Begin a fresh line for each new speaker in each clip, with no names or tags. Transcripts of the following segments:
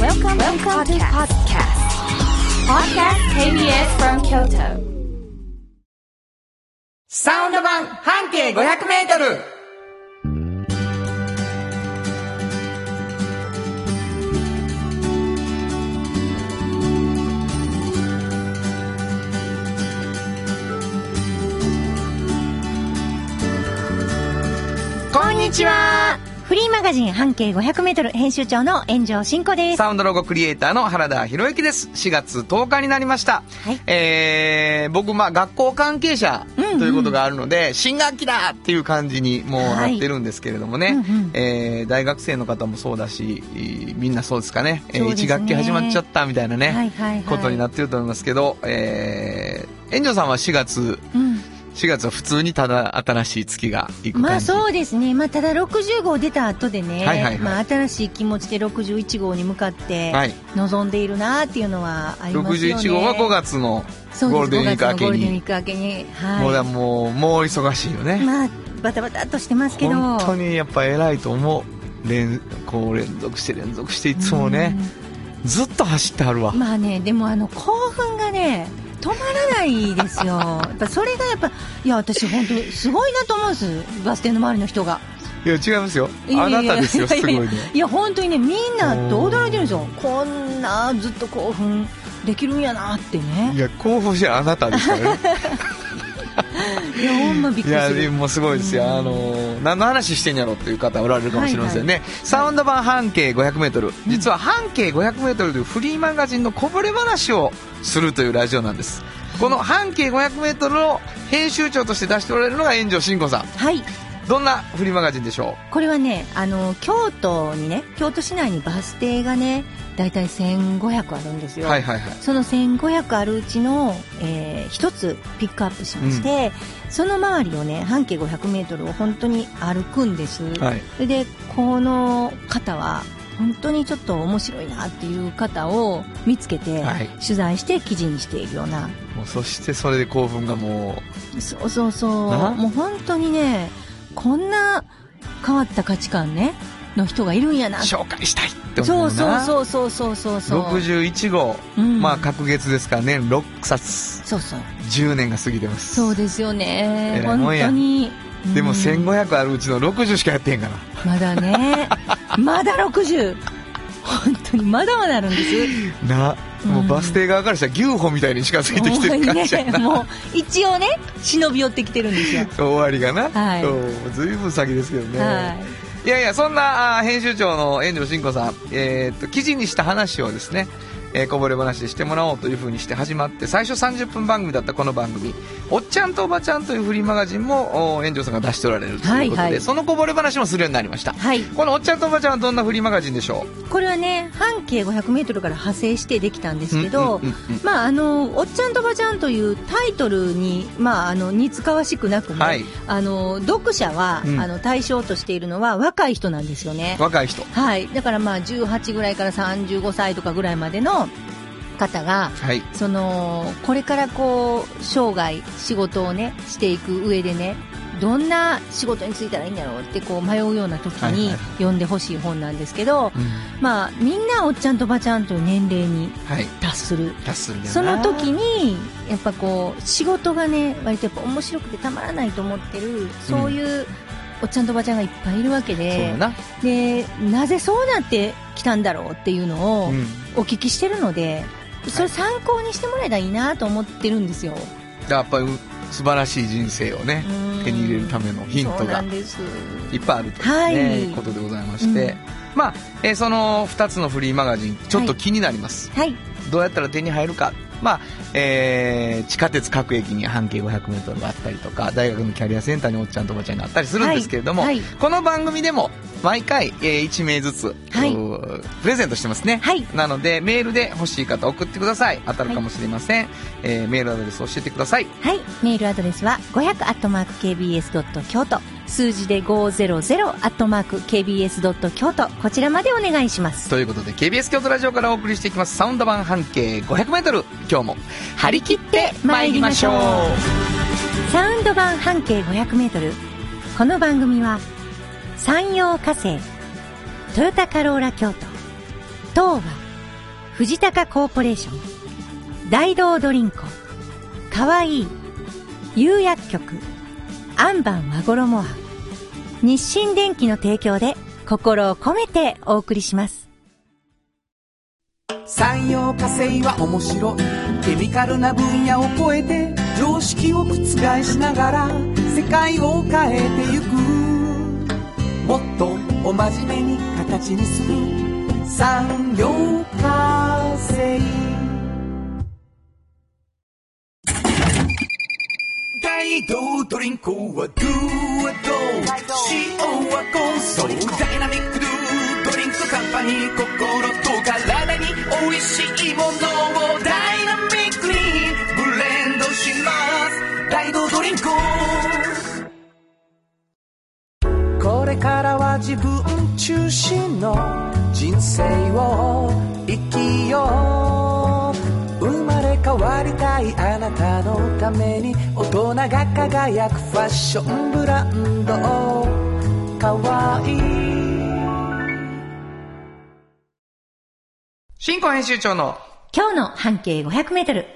Welcome, Welcome to podcast. Podcast KBS from Kyoto.
サウンド版半径500メートルこんにちは
フリーマガジン半径500メートル編集長の炎上真子です。
サウンドロゴクリエイターの原田博之です。4月10日になりました。
はい
えー、僕、まあ、学校関係者と
うんうん
いうことがあるので、新学期だっていう感じにもう
は
ないってるんですけれどもね、
うんうん
えー大学生の方もそうだし、えーみんなそうですかね。え
そうですね
1学期始まっちゃったみたいなね、
はいはいはい
ことになってると思いますけど、えー、炎上さんは4月、
うん。
4月は普通にただ新しい月がいく感じ。
まあそうですね。まあただ60号出た後でね、
はいはいはい
まあ新しい気持ちで61号に向かって
はい、
望んでいるなっていうのはありますよね。
61号は5月の
そうです
ゴールデンウィーク明
5月の
け
ゴールデンウィ
に
ー。ク明けに。はい。
もうだもう、もう忙しいよね。
まあバタバタっとしてますけど。
本当にやっぱ偉いと思う連こう連続して連続していつもねずっと走ってはるわ、
うん。まあね、でもあの興奮がね、止まらないですよ。やっぱそれがやっぱ、いや私本当すごいなと思うんです。バス停の周りの人が。
いや違いますよ
いや
あ
い
な
や
い
や
たですよすごい
や
ね
やいや本当にねみんなと驚いてるんですよこんなずっと興奮できるんやなって
い
ね
や興奮してるあなたです からね
いやほんまびっ
い
くり
や
す
で
る
もすごいですよ、あのー何の話してんやろっていう方おられるかもしれませんね、サウンド版半径 500m 実は半径 500m というフリーマガジンのこぼれ話をするというラジオなんですこの半径 500m を編集長として出しておられるのが炎上慎吾さん
はい
どんなフリーマガジンでしょ
これはねあの京都にね京都市内にバス停がねだいたい1500あるんです
う
よ、
はいはいはい
その1500あるうちの、えー一つピックアップしまして、その周りをね半径500メートルを本当に歩くんです、
はい
それでこの方は本当にちょっと面白いなっていう方を見つけて、
はい
取材して記事にしているような
もうそしてそれで興奮がも
そうそうそう
な
もう本当にねこんな変わった価値観ねの人がいるんや
う
な
紹介したいって思
そううそう
な
そうそうそうそうそう、
61号、
うん
まあ隔月ですから年6冊
そうそう
10年が過ぎてます
そうですよね
えらい
本
もんや
当に
でも
うん
1500あるうちの60しかやってへんから
まだねまだ60本当にまだまだあるんです
なもううんバス停側からしたら牛歩みたいに近づいてきてる
ほんま
感
に
じや
ね
な、
もう一応ね忍び寄ってきてるんですよ
終わりがな、
はい
そうずいぶん先ですけどね、
はい
いやいや、そんなあー編集長の遠藤真子さん、えーっと、記事にした話をですね、えーこぼれ話してもらおうという風にして始まって、最初30分番組だったこの番組、おっちゃんとおばちゃんというフリーマガジンも、お遠藤さんが出しておられるということで、
はいはい
そのこぼれ話もするようになりました。
はい
このおっちゃんとおばちゃんはどんなフリーマガジンでしょ
これはね半径 500m から派生してできたんですけど、
うんうんうんうん
まああの「おっちゃんとばちゃん」というタイトルに,、まあ、あの似つかわしくなくね、
はい
あの読者は、
うん
あの対象としているのは若い人なんですよね
う若い人。
はいだからまあ18ぐらいから35歳とかぐらいまでの方が
はい。
そのこれからこう生涯仕事をねしていく上でねどんな仕事に就いたらいいんだろうってこう迷うような時
はい
に
はい
読んでほしい本なんですけど、
うん
まあみんなおっちゃんとばちゃんという年齢に
はい。
達する
達するんだよ
そ
な
の時にやっぱこう仕事がね割とやっぱ面白くてたまらないと思ってるそういうおっちゃんとおばちゃんがいっぱいいるわけ
そうだ
で、
な。
でなぜそうなってきたんだろうっていうのを
うん
お聞きしてるので、それ参考にしてもらえたらいいなと思ってるんですよ
やっぱり、素晴らしい人生をね、手に入れるためのヒン
そ
ト
うな
が
んです
いっぱいあるという、ね
はい
ことでございまして、
うん
まあ、えーその2つのフリーマガジンちょっと気になります、
はい
どうやったら手に入るか、まあえー地下鉄各駅に半径 500m があったりとか大学のキャリアセンターにおっちゃんとおばちゃんがあったりするんですけれども、
はいはい
この番組でも毎回、え1名ずつ、
はいう
ープレゼントしてますね、
はい
なのでメールで欲しい方送ってください当たるかもしれません、えーメールアドレス教えてください
はい、メールアドレスは500アットマーク KBS ドット京都、数字で500アットマーク KBS ドット京都、こちらまでお願いします。
ということで KBS 京都ラジオからお送りしていきますサウンド版半径 500m 今日も張り切って参りましょう
サウンド版半径500メートル。この番組は山陽火星、トヨタカローラ京都、東和、藤高コーポレーション大道ドリンクかわいい釉薬局アンバン和衣庵日清電機の提供で心を込めてお送りします
産業化成は面白いケミカルな分野を超えて常識を覆しながら世界を変えてゆくもっとお真面目に形にする産業化成大道ドリンクはドゥはドゥ塩はコンソリダイナミックドゥドリンクカンパニー心と体に美味しいものをダイナミックにブレンドします大道ドリンクこれからは自分中心の人生を生きよう生まれ変わりたいあなたのために大人が輝くファッションブランドかわいい
新婚編集長の
今日の半径500メートル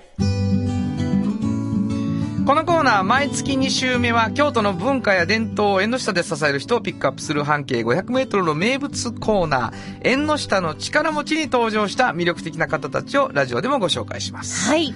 このコーナー毎月2週目は京都の文化や伝統を縁の下で支える人をピックアップする半径500メートルの名物コーナー、縁の下の力持ちに登場した魅力的な方たちをラジオでもご紹介します。
はい
今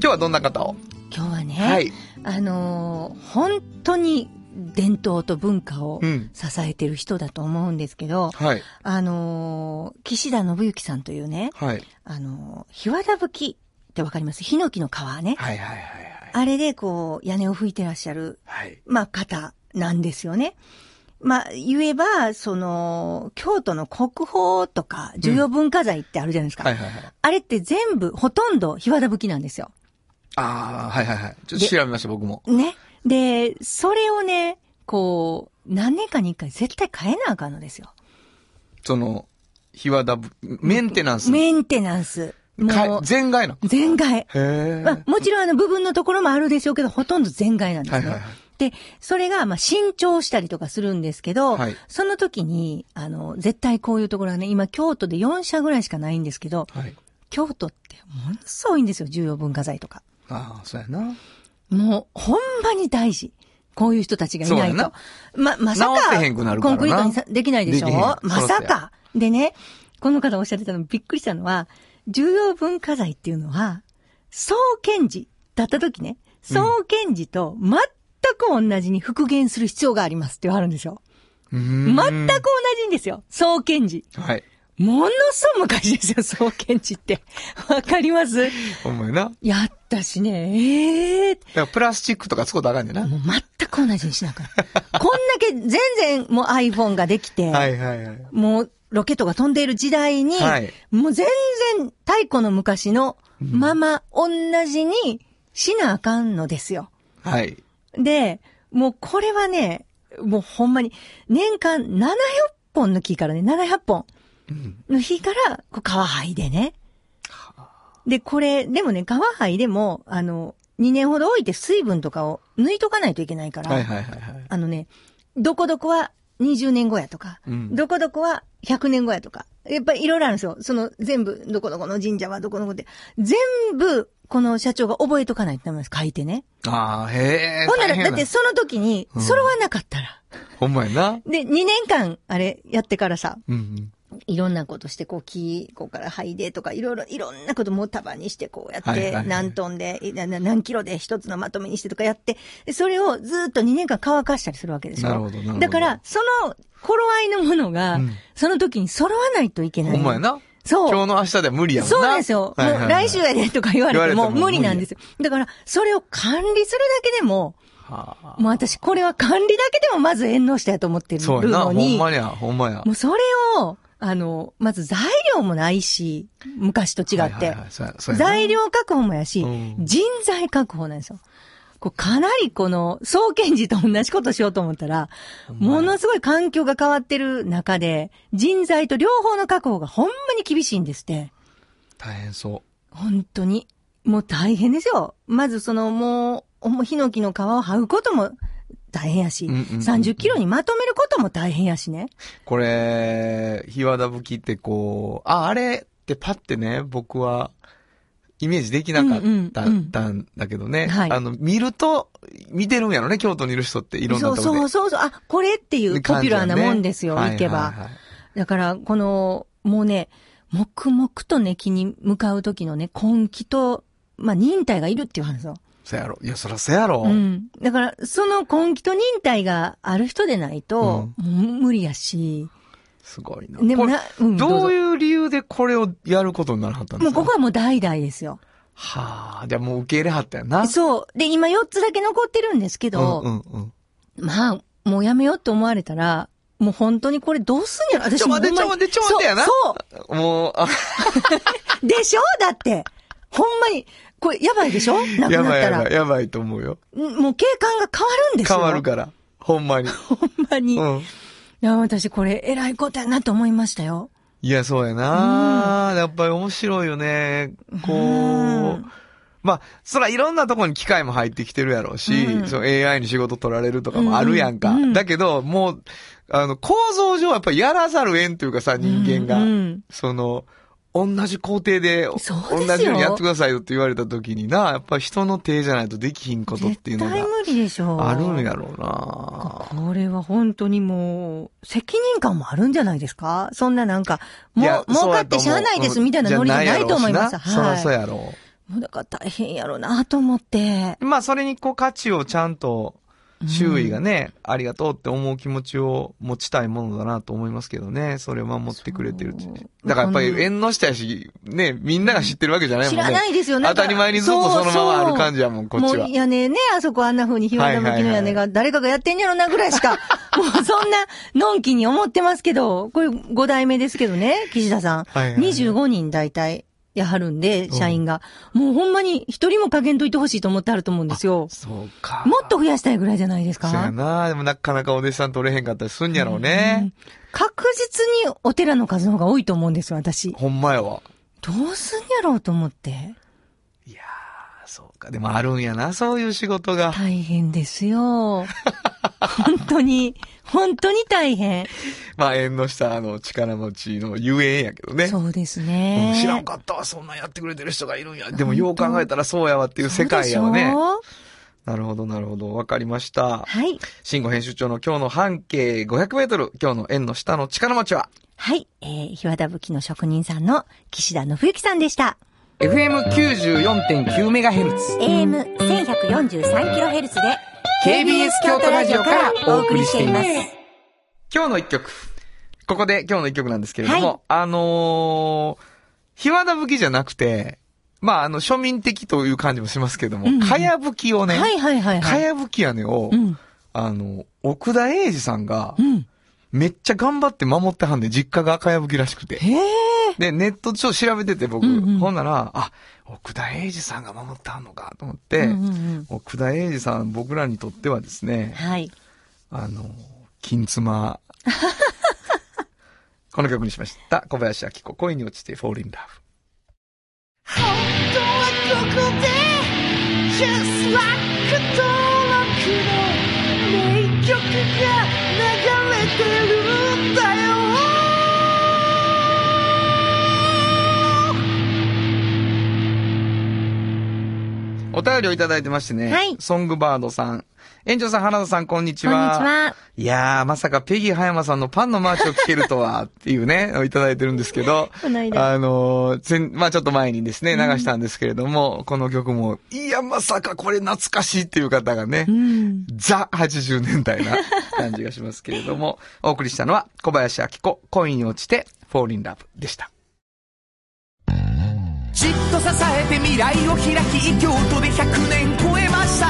日はどんな方を
今日はね、
はい
あのー本当に伝統と文化を
うん
支えてる人だと思うんですけど、
はい。
あのー岸田信之さんというね、
はい。
あのーひわだぶきってわかりますヒノキの皮ね。
はいはいはいはい。
あれでこう、屋根を吹いてらっしゃる、
はい。
まあ、方なんですよね。まあ、言えば、その、京都の国宝とか、重要文化財ってあるじゃないですか。
はいはいはい。
あれって全部、ほとんど、ひわだぶきなんですよ。
ああ、はいはいはい。ちょっと調べました、僕も。
ね。で、それをね、こう、何年かに一回絶対変えなあかんのですよ。
その、ひわだぶ、メンテナンス。
メンテナンス。も
か
う、
全外な。
全外。
へえ。
まあ、もちろんあの部分のところもあるでしょうけど、ほとんど全外なんですね。
はいはいはい
で、それが、まあ、新調したりとかするんですけど、
はい
その時に、あの、絶対こういうところがね、今、京都で4社ぐらいしかないんですけど、
はい。
京都ってものすごい多いんですよ、重要文化財とか。
ああ、そうやな。
もう、ほんまに大事。こういう人たちがいない
そうや
と。ま、まさか、
直せへんくなるからな
コンクリートにさできないでしょ
できへん
まさ
そうや
か。でね、この方おっしゃってたのびっくりしたのは、重要文化財っていうのは、創建時だった時ね、創建時と全く同じに復元する必要がありますって言われるんですよ。
うー
全
ん
く同じんですよ。創建時。
はい。
ものすごい昔ですよ、創建時って。わか ります
ほんまやな。だか
やったしね、ええー、
らプラスチックとか使うとあかんねんな。
もう全く同じにしなくなるこんだ け全然もう iPhone ができて、
はいはいはい。
もうロケットが飛んでいる時代に、
はい
もう全然太古の昔のまま同じにしなあかんのですよ。
はい。
で、もうこれはね、もうほんまに年間700本の木からね、700本の木からこう皮剥いでね。で、これ、でもね、皮剥いでも、あの、2年ほど置いて水分とかを抜いとかないといけないから、
はいはいはいはい。
あのね、どこどこは20年後やとか、
うん
どこどこは100年後やとか、やっぱりいろいろあるんですよ。その全部、どこどこの神社はどこのこって、全部、この社長が覚えとかないとダメです。書いてね。
ああ、へえ。
ほんなら、
大変や
だってその時に
うん、
揃わなかったら。
ほんまやな。
で、2年間、あれ、やってからさ、
うん
いろんなことして、こう、木、ここから剥いでとか、いろいろ、いろんなことも束にして、こうやって、
はいはいはい
何トンで、いなな何キロで一つのまとめにしてとかやって、でそれをずっと2年間乾かしたりするわけでしょ。
なるほどなるほど
だから、その、頃合いのものが、
うん
その時に揃わないといけ
う。
なんい。
ほんまやな。
そう。
今日の明日では無理やもんな。
そうなんですよ。
はいはい
も
は
う
い
来週やでとか言われて
言わ
も
れても
無理なんですよ。だから、それを管理するだけでも、
はあ
もう私これは管理だけでもまず縁の下やと思ってる
そうやな。ほ
の
ん
に、
まや、ほんまや
も。うそれを、あの、まず材料もないし、昔と違
はい
っ
はい
て
はい。そうやそうやな
材料確保もやし、
うん
人材確保なんですよ。こうかなりこの、創建時と同じことしようと思ったら、ものすごい環境が変わってる中で、人材と両方の確保がほんまに厳しいんですって。
大変そ
本当に。もう大変ですよ。まずそのもう、もうヒノキの皮を剥ぐことも大変やし、
うんうんうんうん
30キロにまとめることも大変やしね
う。。これ、ひわだぶきってこう、あ、あれ、ってパってね、僕は、イメージできなかっ
うん
た,、
うんうん
たんだけどね。
はい
あの、見ると、見てるんやろね、京都にいる人っていろんな
そ
と
う
こで。
そうそうそう。あ、これっていうポピュラーなもんですよ、
感じ
行
やね
け
は
ば。
いはいはい
だから、この、もうね、黙々とね、気に向かう時のね、根気と、まあ、忍耐がいるっていう話よ。
そやろ。いや、そらそやろ。
うん。だから、その根気と忍耐がある人でないと、もう無理やし。
すごいな。
でも
これ
な、うん、
どう
う
いう理由でこれをやることにならはったん
ぞ
で
もう
すか
ここはもう代々ですよ。
はあ、じゃあもう受け入れはったやな。
そう。で、今4つだけ残ってるんですけど、
うんうんうん。
まあ、もうやめようって思われたら、もう本当にこれどうすんやろ私
ちょ
もう
待って、ちょ
ほんま
待っ
に
て、ちょ待ってやな。。
そうそう
もう、あ、
うでしょだってほんまに、これやばいでしょなく
やば
なっ
いや
たら
ばい、。やばいと思うよ。
んもう景観が変わるんですよ。
変わるから。ほんま に。
ほんまに。
う
い
ん。
や、私これ偉いことやなと思いましたよ。
いや、そうやな、やっぱり面白いよね。こう。
うん
まあ、そらいろんなとこに機械も入ってきてるやろうし、
うん
その AI に仕事取られるとかもあるやんか。
うんうん
だけど、もう、あの、構造上やっぱりやらざるを得んというかさ、人間が。
うんうん
その、同じ工程で、同
そうですよ
じようにやってくださいよって言われた時にな、やっぱり人の手じゃないとできひんことっていう
絶
の
対無理でしょ。
があるんやろうな
これは本当にもう、責任感もあるんじゃないですかそんななんか、
い
も
や
う、儲かってしゃあないですみたいなノリじゃないと思います。
そうや
はい。
と思ううんじゃないやろうしなそらそうやろう。
もうだから大変やろうなと思って。
まあ、それにこう価値をちゃんと、周囲がね、ありがとうって思う気持ちを持ちたいものだなと思いますけどね。それを守ってくれてるって
そう
だからやっぱり縁の下やし、ね、みんなが知ってるわけじゃないもん
知
ね。
らないですよね。
当たり前にずっとそのままある感
じ。
じやもん、こっ
も
ち
う
は。
屋根ね、あそこあんな風にひわだ向きの屋根が誰かがやってんやろなぐら いしか、もうそんな、のんきに思ってますけど、これ5代目ですけどね、岸田さん。
はいはいはい
25人大体、やはるんで、社員が。もうほんまに一人も加減といてほしいと思ってあると思うんですよ。
そうか。
もっと増やしたいぐらいじゃないです
そうや
か。
な。でもなかなかお弟子さん取れへんかったりすんやろうね。
確実にお寺の数の方が多いと思うんですよ、私。
ほんまやわ。
どうすんやろうと思って。
いやー、そうか。でもあるんやな、そういう仕事が。
大変です よ。本当に、本当に大変。
まあ、縁の下の力持ちのゆえんやけどね。
そうです
うん
ね。
知らんかったわ、そんなんやってくれてる人がいるんや。でもよう考えたらそうやわっていう世界やわね
そ。うでし
なるほど、なるほど。わかりました
ょ。はい。
慎吾編集長の今日の半径500メートル、今日の縁の下の力持ちは、
はい。えー、ひわだぶきの職人さんの岸田信之さんでした。
FM94.9MHz。
AM1143kHz で
KBS 京都ラジオからお送りしています。
す。
今日の一曲。ここで今日の一曲なんですけれども、
は
あのー、ひわだぶきじゃなくて、まあ、あの、庶民的という感じもしますけども、
ん
かやぶきをね、
はいはいはい
か
はい。
やぶき屋根を、
うん。
あの、奥田英二さんが
う、ん。
めっちゃ頑張って守ってはんで、実家がかやぶきらしくて。
へえ。
で、ネットちょっと調べてて僕、
うんうん
ほんなら、あ、奥田英二さんが守ってはんのかと思って、
うんうんうん
奥田英二さん、僕らにとってはですね、
はい。
あの、金 妻。この曲にしました。小林明子、恋に落ちて Fall in Love。お便りをいただいてましてね。
はい
ソングバードさん。園長さん、花田さん、こんにち
こんにち
は。
は。
いやー、まさかペギー葉山さんのパンのマーチを聞けるとは、っていうね、 いただいてるんですけど、
この間
あのー、せんまあちょっと前にですね、流したんですけれども、この曲も、いや、まさかこれ懐かしいっていう方がね、
うん。
ザ80年代な感じがしますけれども、お送りしたのは小林明子、恋に落ちて、フォーリンラブでした。
じっと支えて未来を開き京都で100年超えました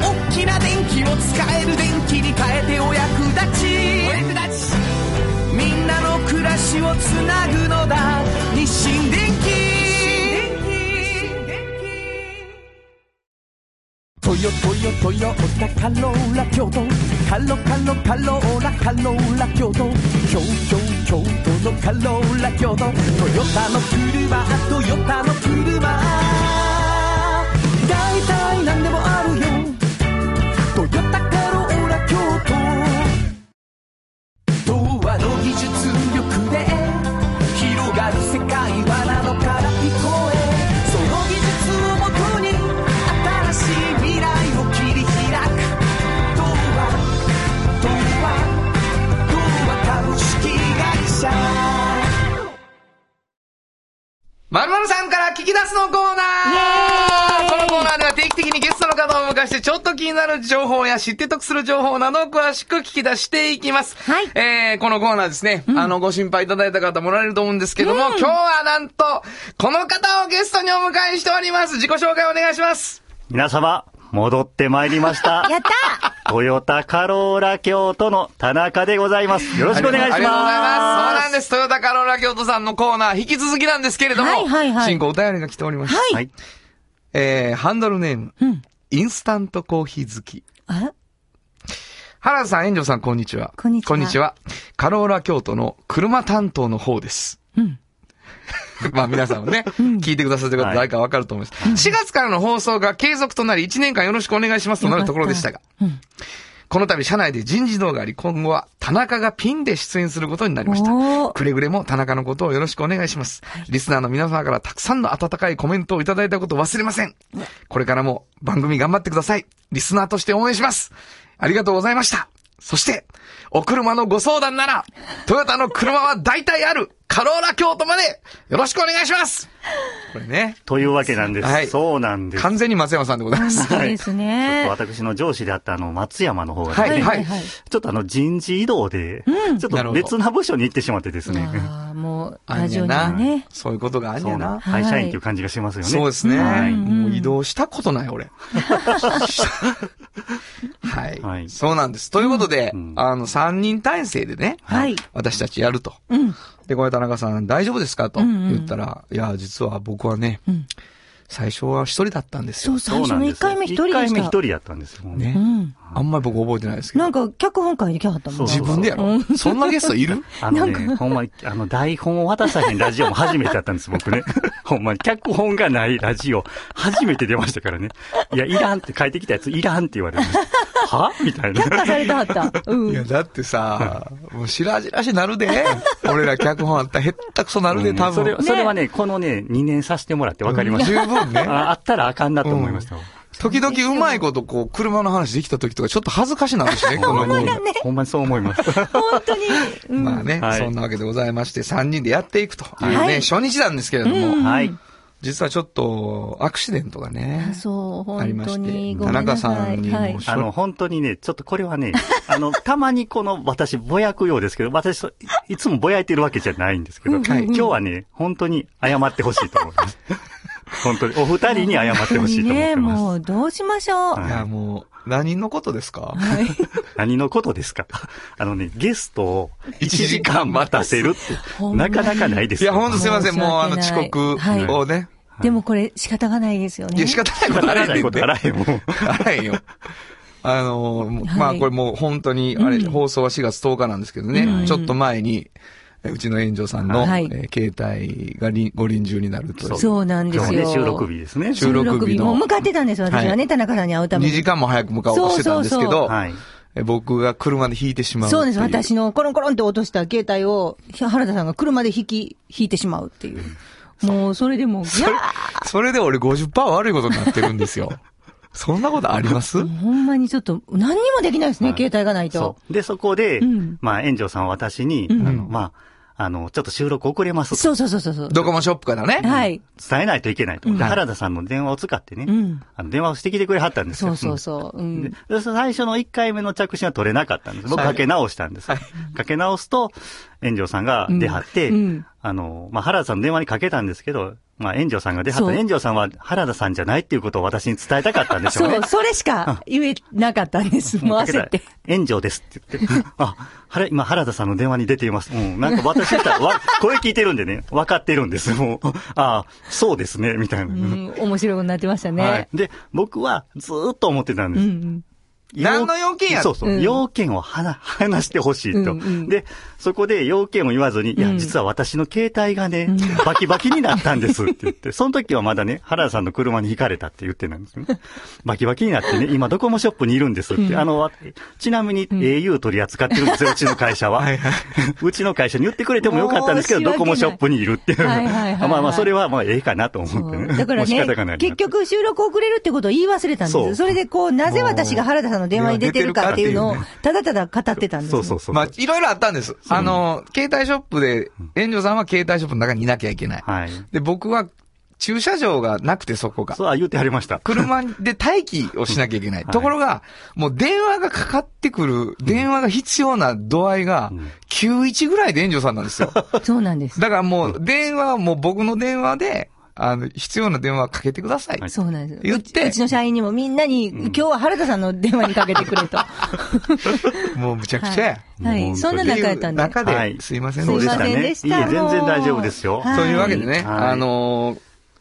大きな電気を使える電気に変えてお役立ちお役立ちみんなの暮らしをつなぐのだ日清電気トヨトヨトヨタカローラ京都カロカロカローラカローラ京都京京京都のカローラ京都トヨタの車トヨタの車大体何でもあるよトヨタカローラ京都童話の技術力で広がる世界は
まるまるさんから聞き出すのコーナーこのコーナーでは定期的にゲストの方をお迎えして、ちょっと気になる情報や知って得する情報などを詳しく聞き出していきます。
はい
えー、このコーナーですね、あの、ご心配いただいた方もおられると思うんですけども、今日はなんと、この方をゲストにお迎えしております。自己紹介お願いします。
皆様、戻ってまいり ました。
やった
トヨタカローラ京都の田中でございます。よろしくお願いします。
ありがとうございます。そうなんです。トヨタカローラ京都さんのコーナー、引き続きなんですけれども、
はいはいはい
進行お便りが来ております。
はい。
はい。
えー、ハンドルネーム、
うん。
インスタントコーヒー好き。
あ
原田さん、炎上さん、こんにちは。
こんにちは
カローラ京都の車担当の方です。
うん。
まあ皆さん もね、聞いてくださってる方
はい
誰かわかると思います。4月からの放送が継続となり、1年間よろしくお願いしますとなるところでしたが、
うん。
この度社内で人事動があり、今後は田中がピンで出演することになりました。
おー
くれぐれも田中のことをよろしくお願いします。リスナーの皆様からたくさんの温かいコメントをいただいたことを忘れません。これからも番組頑張ってください。リスナーとして応援します。ありがとうございました。そして、お車のご相談なら、トヨタの車は大体ある、カローラ京都まで、よろしくお願いしますこれね、
というわけなんです。
はい
そうなんです。
完全に松山さんでございます。
そうですね
ちょっ。と私の上司であったあの、松山の方がです
は
ね、
い、はい。
はい
ちょっとあの、人事異動で、ちょっ
なる
と
ほど
別な部署に行ってしまってですね、
ああ、もう、
あ
ラ
ん
ジ
ね
オ
ん
には
な。
ね。
そういうことがあん
そ
ね
うんなん
な。
会社員という感じがしますよね。
そうですね。
はい
もう移動したことない、俺。 はい、
はい
そうなんです。ということで、
うん
あの、3人体制でね、
はい。
私たちやると。
うん。
で、これ田中さん、大丈夫ですかと
うんうん
言ったら、いや、実は僕はね、
うん
最初は一人だったんです
そ
よ
う、。最初の1
そ
回
うなん
目一
です
人でした。
一回目一人やったんですよ。
ね、
うん。
あんまり僕覚えてないですけど。
なんか、脚本会できはったもん
そう
自分でやろ、そんなゲストいる
あのね、ほんまに、あの、台本を渡さへんラジオも初めてだったんです、 僕ね。ほんまに、脚本がないラジオ、初めて出ましたからね。いや、いらんって、書いてきたやつ、いらんって言われました。はみた いな。
却下されてはった。う
いや、
ん。
だってさ、もう白々しなるで。俺ら脚本あったらへったくそなるで、多
それ
分。
それはね、このね、2年させてもらって分かりまし
十
た。
分 ね。
ああったらあかんなと思いましたわ。
時々うまいことこう、車の話できた時とかちょっと恥ずかしなる しね、この子。
ほんまにそう思います。
本当に。 うん
まあね、
はい
そんなわけでございまして、3人でやっていくというね、
はい
初日なんですけれども、
はい。
実はちょっと、アクシデントがね、
そう、
あり
本
ま
当
して
に。、ご
田
めんな
中
さ
さ
い。
んに
は
も、。
いう
あの、本当にね、ちょっとこれはね、あの、たまにこの、私、ぼやくようですけど、私、そいいつもぼやいてるわけじゃないんですけ
は
ど、
い
今日はね、本当に謝ってほしいと思います。 本当に、お二人に謝ってほしいと思って
ね、
ます。
もう、どうしましょう。
いや、もう、何のことですか、
何のことですかあのね、ゲストを1
一時
時
間
間待たせるっ
ほ
て、
んま
な
に
かなかないです
いや、
よ。
ほんとすいません、
申し訳ない
もうあの、遅刻をね、
でもこれ、仕方がないですよ
い、
ね。
や、仕方ないことあら
な
へ
ら
ん
ない
ねん
こと
て
あらへんもん。
あらへんよ。あのーもう
はい
まあこれもう本当に、あれ、放送は4月10日なんですけどね、
うん
ちょっと前に、えうちの炎上さんの、
はい
えー携帯がりご臨終になるという。
そうなんです
今
よ。
日ね収録日ですね。
収録日の
もう向かってたんですよ、私は
は
ね、田中さんに会うため
2
に。
時間も早く向かおうとしてたんですけど、
そうそう
はい。
え僕が車で引いてしまうってい
そうです。私のコロンコロンって落とした携帯を、原田さんが車で引き、引いてしまうっていう。もう、それでもう、い
そ
や
れ、それで俺50%悪いことになってるんですよ。 そんなことあります
ーほんまにちょっと、何にもできないですね、携帯がないと
そ。う。で、そこで
うん、
まあ、炎上さんは私に、あの、まあ、あの、ちょっと収録遅れますと。
そうそうそうそうそう。
ドコモショップからね。
はい。
伝えないといけないと。で
はい
原田さんの電話を使ってね
うん、
あの電話をしてきてくれはったんです
そ
よ。
うそうそう。う
うんで
ん。
で最初の1回目の着信は取れなかったんです。僕
はい
かけ直したんです。かけ直すと、炎上さんが出張って、
うんうん
あの、まあ、原田さんの電話にかけたんですけど、まあ、炎上さんが出張っ
そう
た。炎上さんは原田さんじゃないっていうことを私に伝えたかったんでしょう
そ
ね
う、。それしか言えなかったん です。もう焦って。
炎上ですって言って。あ、はれ、今原田さんの電話に出ています。うん。なんか私たらわ、声聞いてるんでね、分かってるんです。もう、あそうですね、みたいな。
うん、面白いことになってました
はい
ね。。
で、僕はずーっと思ってたんで
う
す。
ん
何の要件や
そうそう。
うん
要件をはな 話してほしいと、
うんうん
で、そこで要件を言わずに、いや、
うん
実は私の携帯がね、バキバキになったんですって言 って、その時はまだね、原田さんの車にひかれたって言ってなんですね。バキバキになっ てね、今ドコモショップにいるんですって。あの、わちなみに au 取り扱ってるんですよ、うちの会社は。 うちの会社に言ってくれてもよかったんですけど、
もう申
ド
し訳ない
コモショップにいるっていう。
はいはいはいはい
まあまあ、それはまあええかなと
そ
思っ
う
てね。
だから
もう仕方がな
ね、
い
結局収録遅れるってことを言い忘れたんで
そ
す。
う
それでこう、なぜ私が原田ささんの電話に出てるかっていうのを
電話出て、
ただただ語ってたんです
そ
よ。
うそうそう。
まあ、いろいろあったんです。あの、携帯ショップで、炎上さんは携帯ショップの中にいなきゃいけない。
はい。
で、僕は駐車場がなくて、そこが。
そう、あ、言ってはりました。
車で待機をしなきゃいけない。
はい
ところが、もう電話がかかってくる、電話が必要な度合いが
うん、
91ぐらいで炎上さんなんですよ。
そうなんです。
だからもう、電話はもう僕の電話で、あの、必要な電話はかけてください。
はい
そうなんです。
言って
うちうちの社員にもみんなに、今日は原田さんの電話にかけてくれと。
もうむちゃくちゃや。
い
は
もう本当
い。
に
そんな中やったんで。
中
は
で
い、
すいませんで
そうで
し
したた。ね。いえ、
すいませんでした
全然大丈夫ですよ。
はい
というわけでね、
はい
あのー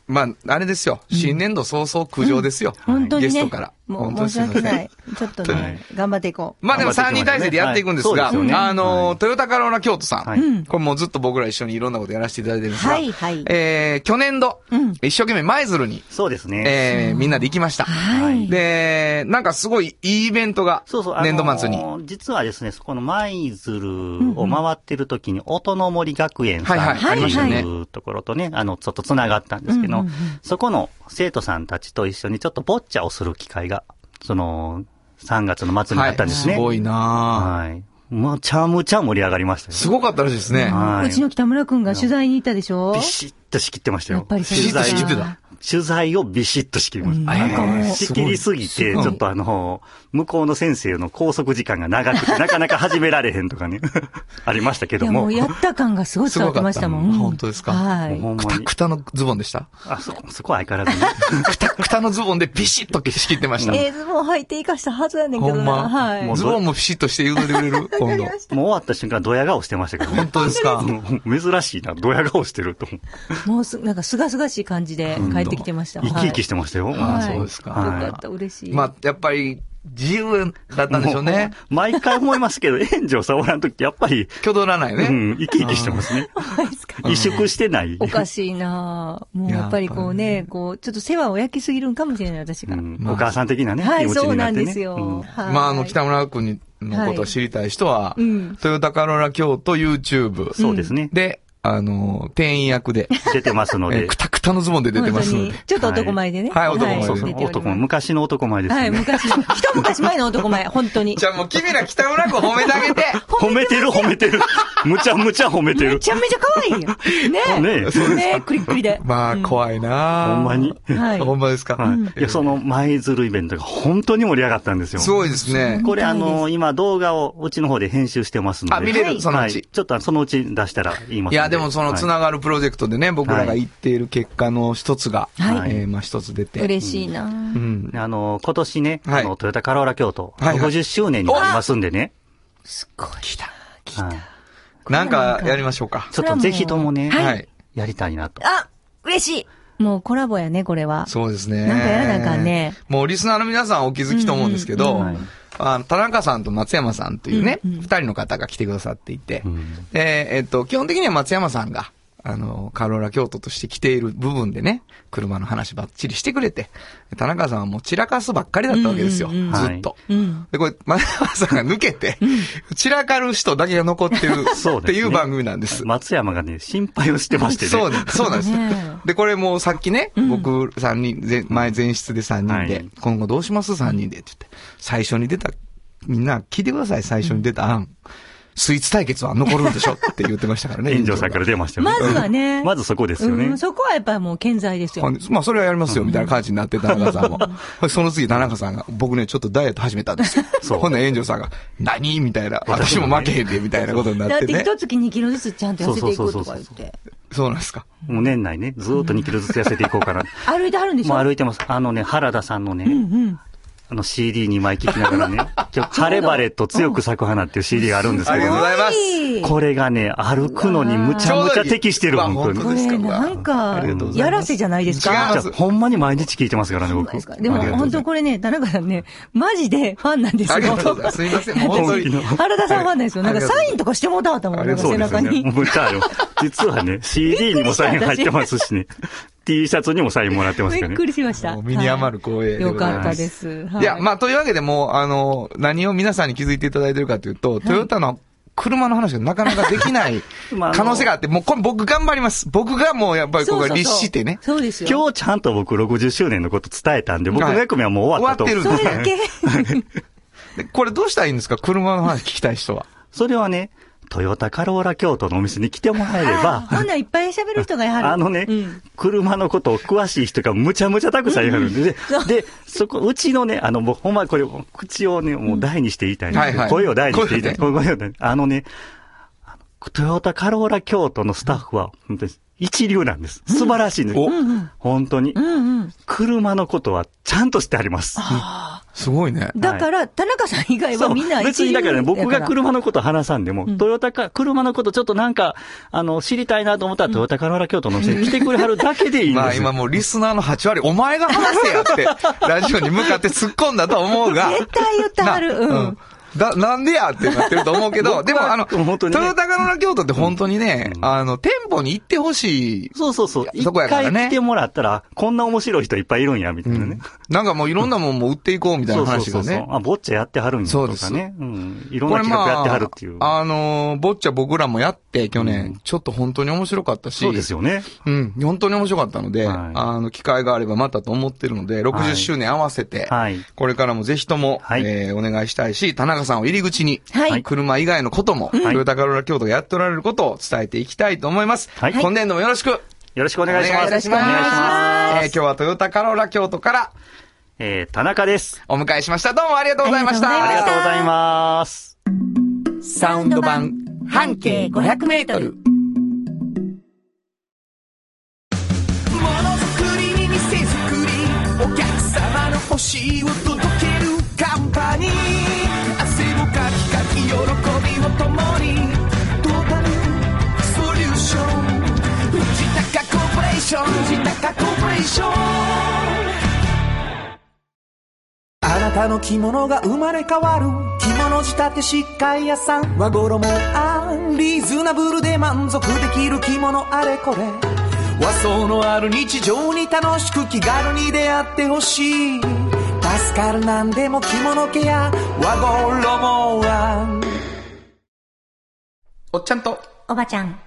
まあ、あれですよ。新年度早々苦情ですよ。
本当にね。
ゲストから。
も
本
う
当
申
に
し
すませ
訳
ん
ない。ちょっと
本
当に
ね、頑張っていこう。
まあでも
頑
3
張っていきましょ
人
うね
体制でやっていくんですが、
はいそうですよね
あのー
はい
トヨタカローラ京都さん、
はいうん
これもうずっと僕ら一緒にいろんなことやらせていただいてるんですが、
はいはい
えー、去年度、
うん
一生懸命舞鶴に、
そうですね。
えー、みんなで行きました。
はい。
で、なんかすごいいいイベントが
そうそう、あ、の
年度末に。
実はですね、そこの舞鶴を回ってる時に、音の森学園さん
はいはい
ありました
と
ね
いうところとね、あの、ちょっと繋がったんですけ
う
ど
んうんうん、
そこの生徒さんたちと一緒にちょっとボッチャをする機会が、その、3月の末にあったんですね。
はい、すごいなぁ、
はい。むちゃむちゃ盛り上がりましたよ。
すごかったらしいですね。
はいう
ちの北村くんが取材に行ったでしょ
ビシッと仕切ってましたよ。
やっぱりそう
取材
ビシッと仕切ってた
取材をビシッと仕切りました。
なんかもう
はい仕切りすぎて、ちょっとあの、向こうの先生の拘束時間が 長くて、なかなか始められへんとかね、ありましたけ
い
ど
や、
も。
もうやった感がすごい伝わってましたもん。
すごかった
うん
本当ですか
は
もう
い。
ほん
く
ま
た
に
く。たのズボンでした。
あ、そこ、そこは相変わらずね。
くたくたのズボンでビシッと仕切ってました。
えー、ズボン履いていかしたはずやねんけ
ほ
ど
ん
な。
ま、
はい。
もう
ズボンもピシッとして言うてくれる今度。
もう終わった瞬間、ドヤ顔してましたけど
本
ね。
当ですか
うん珍しいな、ドヤ顔してると思う。
もうす、なんか、すがすがしい感じで帰ってきてました。
生き生きしててましたよ。
あ
は
あ、
い
そうですか。
はい
よかった、嬉しい。
まあ、やっぱり、自由だったんでしょうね。
もう。毎回思いま すけど、炎上さおらんとき、やっぱり、
挙動らないよ
う
ね。
ん、生き生きしてま すね。萎縮してない。
おかしいなぁもうやっぱりこうね、こう、ちょっと世話を焼きすぎるんかもしれない、私が。
うん
まあ
お母さん的なね、
は
気
い、
持ち
そう
に
な
なっ
ん
てね。
ですよ。はい
まあ、あの、北村君のことを知りたい人は、
いうん
トヨタカローラ京都 YouTube
うんそうですね。
で、あの、店員役で、
出てますの
え
で
く。たくたのズボンで出てますの
本当
で
に。ちょっと男前でね。
はいはい男前
そう
出
そう
ており
男前、昔の男前です
は
よ
い、
ね。
昔の、一昔前の 男前、本当に。
じゃあもう君ら北村君褒めてあげて
褒めてる褒めて る。むちゃむちゃ褒めて
め
る。
ちゃめちゃ 可愛いよ。ねえ。
ねえ
ねえ、クリックリで。
まあ、怖いな
ほんまに。
はい。
ほんまですか、
はい。いや、その舞鶴イベントが本当に盛り上がったんですよ。
すごいですね。
これあ
見たい
の、今動画をうちの方で編集してますので。
あ見れる
はい
そのうち
はいちょっとそのうち出したら言います
い
の。
や、でもそのつ
は
ながるプロジェクトでね、僕らが言っている結果の一つが、
はい
えーまあ一つ出て。
嬉しいなぁ
うん。
いあの、今年ね、
は
あ
い
の、トヨタカローラ京都、
はいはい
50周年になりますんでね。
すごい。来た。来
はい
た。
なんかやりましょうか。
ちょっとぜひともね、
はいはい
やりたいなと。
あ嬉しいもうコラボやね、これは。
そうですね。
なんかやらなあかんね。
もうリスナーの皆さんお気づきと思うんですけど、
うんうんうん
あの田中さんと松山さんというね、二、人の方が来てくださっていて、
ん
で、えっと、基本的には松山さんが、あの、カローラ京都として来ている部分でね、車の話ばっちりしてくれて、田中さんはもう散らかすばっかりだったわけですよ、
うんうんうん
ずっと。
うん。
で、これ、松山さんが抜けて、散らかる人だけが残ってる
そう
って
ですね
いう番組なんです。
松山がね、心配をしてまして ね。
そうね、そうなんですよ
ね。
で、これもうさっきね、僕三人、前前前室で3人で、
はい
今後どうします ?3 人でって言って、最初に出た、みんな聞いてください、最初に出た案。スイーツ対決は残るんでしょって言ってましたから ね。
炎上さんから出ましたよね。
まずはね。
まずそこですよね
うん、。そこはやっぱりもう健在ですよ。
ほんでまあ、それはやりますよ、みたいな感じになって、田中さんも。 その次、田中さんが、僕ね、ちょっとダイエット始めたんですよ。
そう
ほんなら炎上さんが、何みたいな、私も負けへんで、みたいなことにな
だ
っ
ってて
ね。
一月2キロずつちゃんと痩せていく
そうそうそう
と
そ
か
う
言って。
そうなんですか。
もう年内ね、ずーっと2キロずつ痩せていこうかな。
歩いてはるんでしょ
もう歩いてます。あのね、原田さんのね、あの CD2 枚聴きながらね、今日、晴れ晴れと強く咲く花っていう CD があるんです
あ
け
り
ど
がとうご
ね、
ざいます。
これがね、歩くのにむちゃむちゃ適してる、
うわ
本当
本
こ
に。
ですか
れなんか
ありがとうございます、
やらせじゃないです
違
か。
じ
う
ゃあほんまに毎日聴いてますからね、
そう
僕
なんですか。。でも
ありがとうございます
本当これね、田中さんね、マジでファンなんですよ。
ありがとうございます。すいません、もう本当に。
原田さんファンなんですよ。
は
ないんかサインとかしてもらったもん、なんか
そ
背
うです
中
よね。
に。
もうじゃああの 実はね、CD にもサイン入ってますしね、T シャツにもサインもらってます
び
から
っ
ね
く。りしました。
もう身に余る光栄で
よ
ござい
か
ます
ったです。はい
や、まあ、というわけでもう、あの、何を皆さんに気づいていただいてるかというと、トヨタの車の話がなかなかできない
まああの
可能性があって、もうこれ僕頑張ります。僕がもうやっぱりここが律してね。
そうそうそうそうですよ。
今日ちゃんと僕60周年のこと伝えたんで、僕の役目はもう終わっ たと。
はい終わってる
それだけ。
でこれどうしたらいいんですか車の話聞きたい人は。
それはね、トヨタカローラ京都のお店に来てもらえれば、
ほんないっぱい喋る人がやはる。
あのね、
うん
車のことを詳しい人がむちゃむちゃたくさんいはるんで、ねで、そこ、うちのね、あの、もうほんまこれ、口をね、もう大にして言いたいんですけど、
はいはい
声を大にして言いたい。
声
声を大にあのね、あのトヨタカローラ京都のスタッフは、本当に一流なんです。素晴らしいんです。
お
本当に、
うんうん。
車のことはちゃんとしてあります。
すごいね。
だから、田中さん以外はみんな一
別に
流
だからね、僕が
る。
車のこと話さんでも、トヨタか、車のことちょっとなんか、あの、知りたいなと思ったら、トヨタカローラ京都の店に来てくれはるだけでいいんですよ。
まあ今もうリスナーの8割、お前が話せやって、ラジオに向かって突っ込んだと思うが。
絶対言ってはる。う。。
なんだ、なんでやってなってると思うけど、で
僕は
もあの、
本当にね
トヨタカローラ京都って本当にね、
うん
あの、店舗に行ってほしい。
そうそうそう。一
そこやから
回
ね
来てもらったら、こんな面白い人いっぱいいるんや、みたいなね。
なんかもういろんなもんも売っていこうみたいな
そうそう
話
そ
が
うそう
ね。。
あ、ボッチャやってはるんやとかね。うん。いろんな企画やってはるっていう。
あのー、ボッチャ僕らもやって、去年、
うん
ちょっと本当に面白かったし。
そうですよね。
うん、本当に面白かったので、
はい
あの、機会があればまたと思ってるので、
は
60
い
周年合わせて、
はい
これからもぜひとも、
はい
えーお願いしたいし、田中さんを入り口に、
はい
車以外のことも、トヨタカローラ京都がやっておられることを伝えていきたいと思います。
はい
今年度もよろしく
よろしくお願いします。
お願いします
お願いし
えー
ます
今日はトヨタカローラ京都から
えー、田中です。
お迎えしました。どうもありがとうございまし
あ
ありが
た。
とうございます。
サウンド版、半径500メートル。
ものづくりに店づくりお客様の欲しいを届けるカンパニー汗をかきかき喜びを共にトータルソリューション藤高コーポレーション藤高コーポレーションあなたの着物が生まれ変わる着物仕立て疾患屋さん和衣もあリーズナブルで満足できる着物あれこれ和装のある日常に楽しく気軽に出会ってほしい助かるなんでも着物ケア和衣もあ
おっちゃんと、
おばちゃん。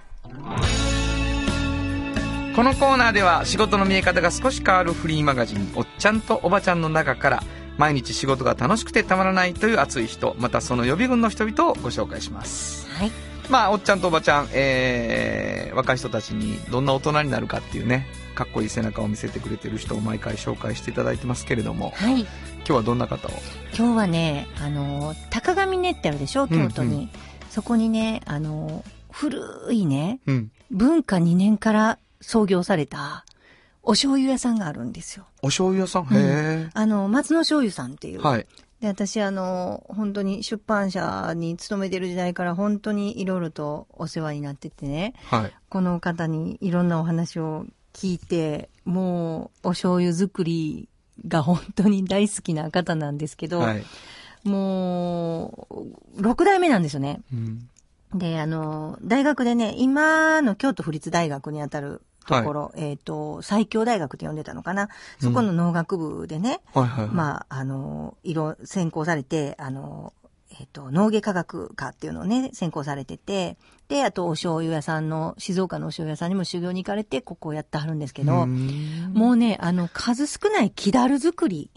このコーナーでは仕事の見え方が少し変わるフリーマガジン「おっちゃんとおばちゃん」の中から毎日仕事が楽しくてたまらないという熱い人またその予備軍の人々をご紹介します
はい。
まあおっちゃんとおばちゃん、えー、若い人たちにどんな大人になるかっていうねかっこいい背中を見せてくれてる人を毎回紹介していただいてますけれども
はい。
今日はどんな方を
今日はね、あの、高上熱帯でしょ、京都に。
うん
そこにね、あの、古いね、
うん
文化2年から創業された、お醤油屋さんがあるんですよ。
お醤油屋さん、へ
あの、松野醤油さんってい
え
う。
はい
で、私、あの、本当に出版社に勤めてる時代から本当にいろいろとお世話になっててね、
はい
この方にいろんなお話を聞いて、もう、お醤油作りが本当に大好きな方なんですけど、
はい、
もう、6代目なんですよね。
うん
で、あの、大学でね、今の京都府立大学にあたるところ、えっ、と、最強大学って呼んでたのかな。そこの農学部でね、
はいはいはい
まあ、あの、いろ、専攻されて、あの、えっ、と、農芸科学科っていうのをね、専攻されてて、で、あと、お醤油屋さんの、静岡のお醤油屋さんにも修行に行かれて、ここをやってはるんですけど、
うん
もうね、あの、数少ない木だる作り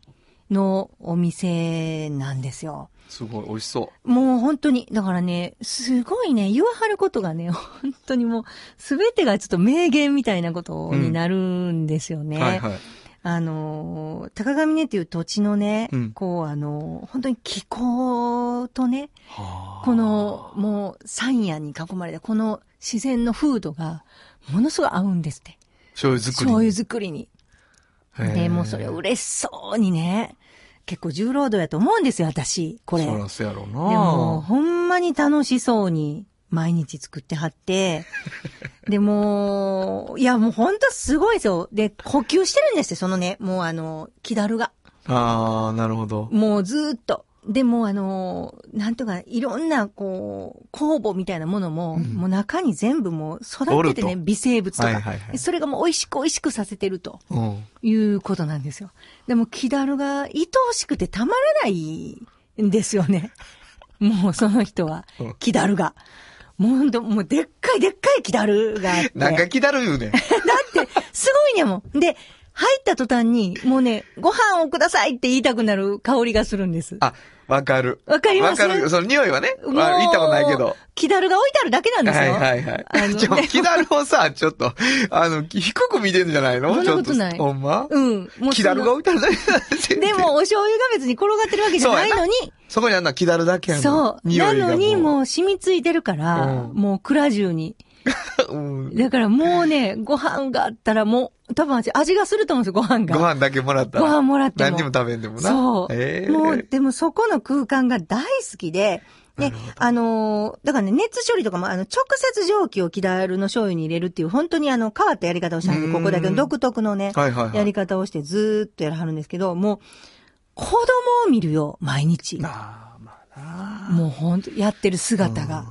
のお店なんですよ。
すごい美味しそ
もう本当に、だからね、すごいね、言わはることがね、 本当にもう、すべてがちょっと名言みたいなことになるんですよ
う、
ね。
はいはい
あのー、高上根っていう土地のね、
うん
こう、あのー、本当に気候とね、
はあ
この、もう、山野に囲まれた、この自然の風土が、ものすごい合うんですって。
醤油作り
醤油作りに。
へえ
で、もうそれを嬉しそうにね、結構重労働やと思うんですよ、私、これ。
そらそやろうな
でも、ほんまに楽しそうに毎日作って はって、でもう、いやもうほんとすごいですよ。で、呼吸してるんですよ、そのね、もうあの、気だるが。
ああなるほど
もうずーっと。でもうあの、なんとか、いろんな、こう、酵母みたいなものも、もう中に全部もう育ってて
おる
ね、
と
微生物とか、
はいはいはい
それがもう美味しく美味しくさせてると
うん
いうことなんですよ。でも、キダルが愛おしくてたまらないんですよね。もうその人は
うん、
キダルが。もうほんと、もうでっかいでっかいキダルがあって。
なんか気だる言うねん
すごいねもん。で、入った途端に、もうね、ご飯をくださいって言いたくなる香りがするんです。
あ、わかる。
わかります
わかる。その匂いはね。
もう
まあ、言ったことないけど。。
キダルが置いてあるだけなんです
は
よ。
いはいは
あ
い。
の
ちょ、
ね
キダルをさ、ちょっと、あの、低く見てんじゃないの
そんなことない
ちょっほんま
うん。もう
キダルが置いたらだけだ
そ
って
のでも、お醤油が別に転がってるわけじゃないのに、
そこにあんなキダルだけやん
そう。なのにもう染みついてるから、
うん
もう蔵中に。
う、うん
だからもう ね、ご飯があったらもう、多分味味がすると思うんですよ、ご飯
ご
が。
飯だけもらったら。
ご飯もらっても
何にも食べんでもな。
そう。
ええ
もう、でもそこの空間が大好きで、で、あのーだからね、熱処理とかも、あの、直接蒸気をキダルの醤油に入れるっていう、本当にあの、変わったやり方をしたんですよ。
うん
ここだけの独特のね、
はいはいはい
やり方をしてずーっとやらはるんですけど、もう、子供を見るよ、毎日。
あーまあな
もう本当やってる姿が、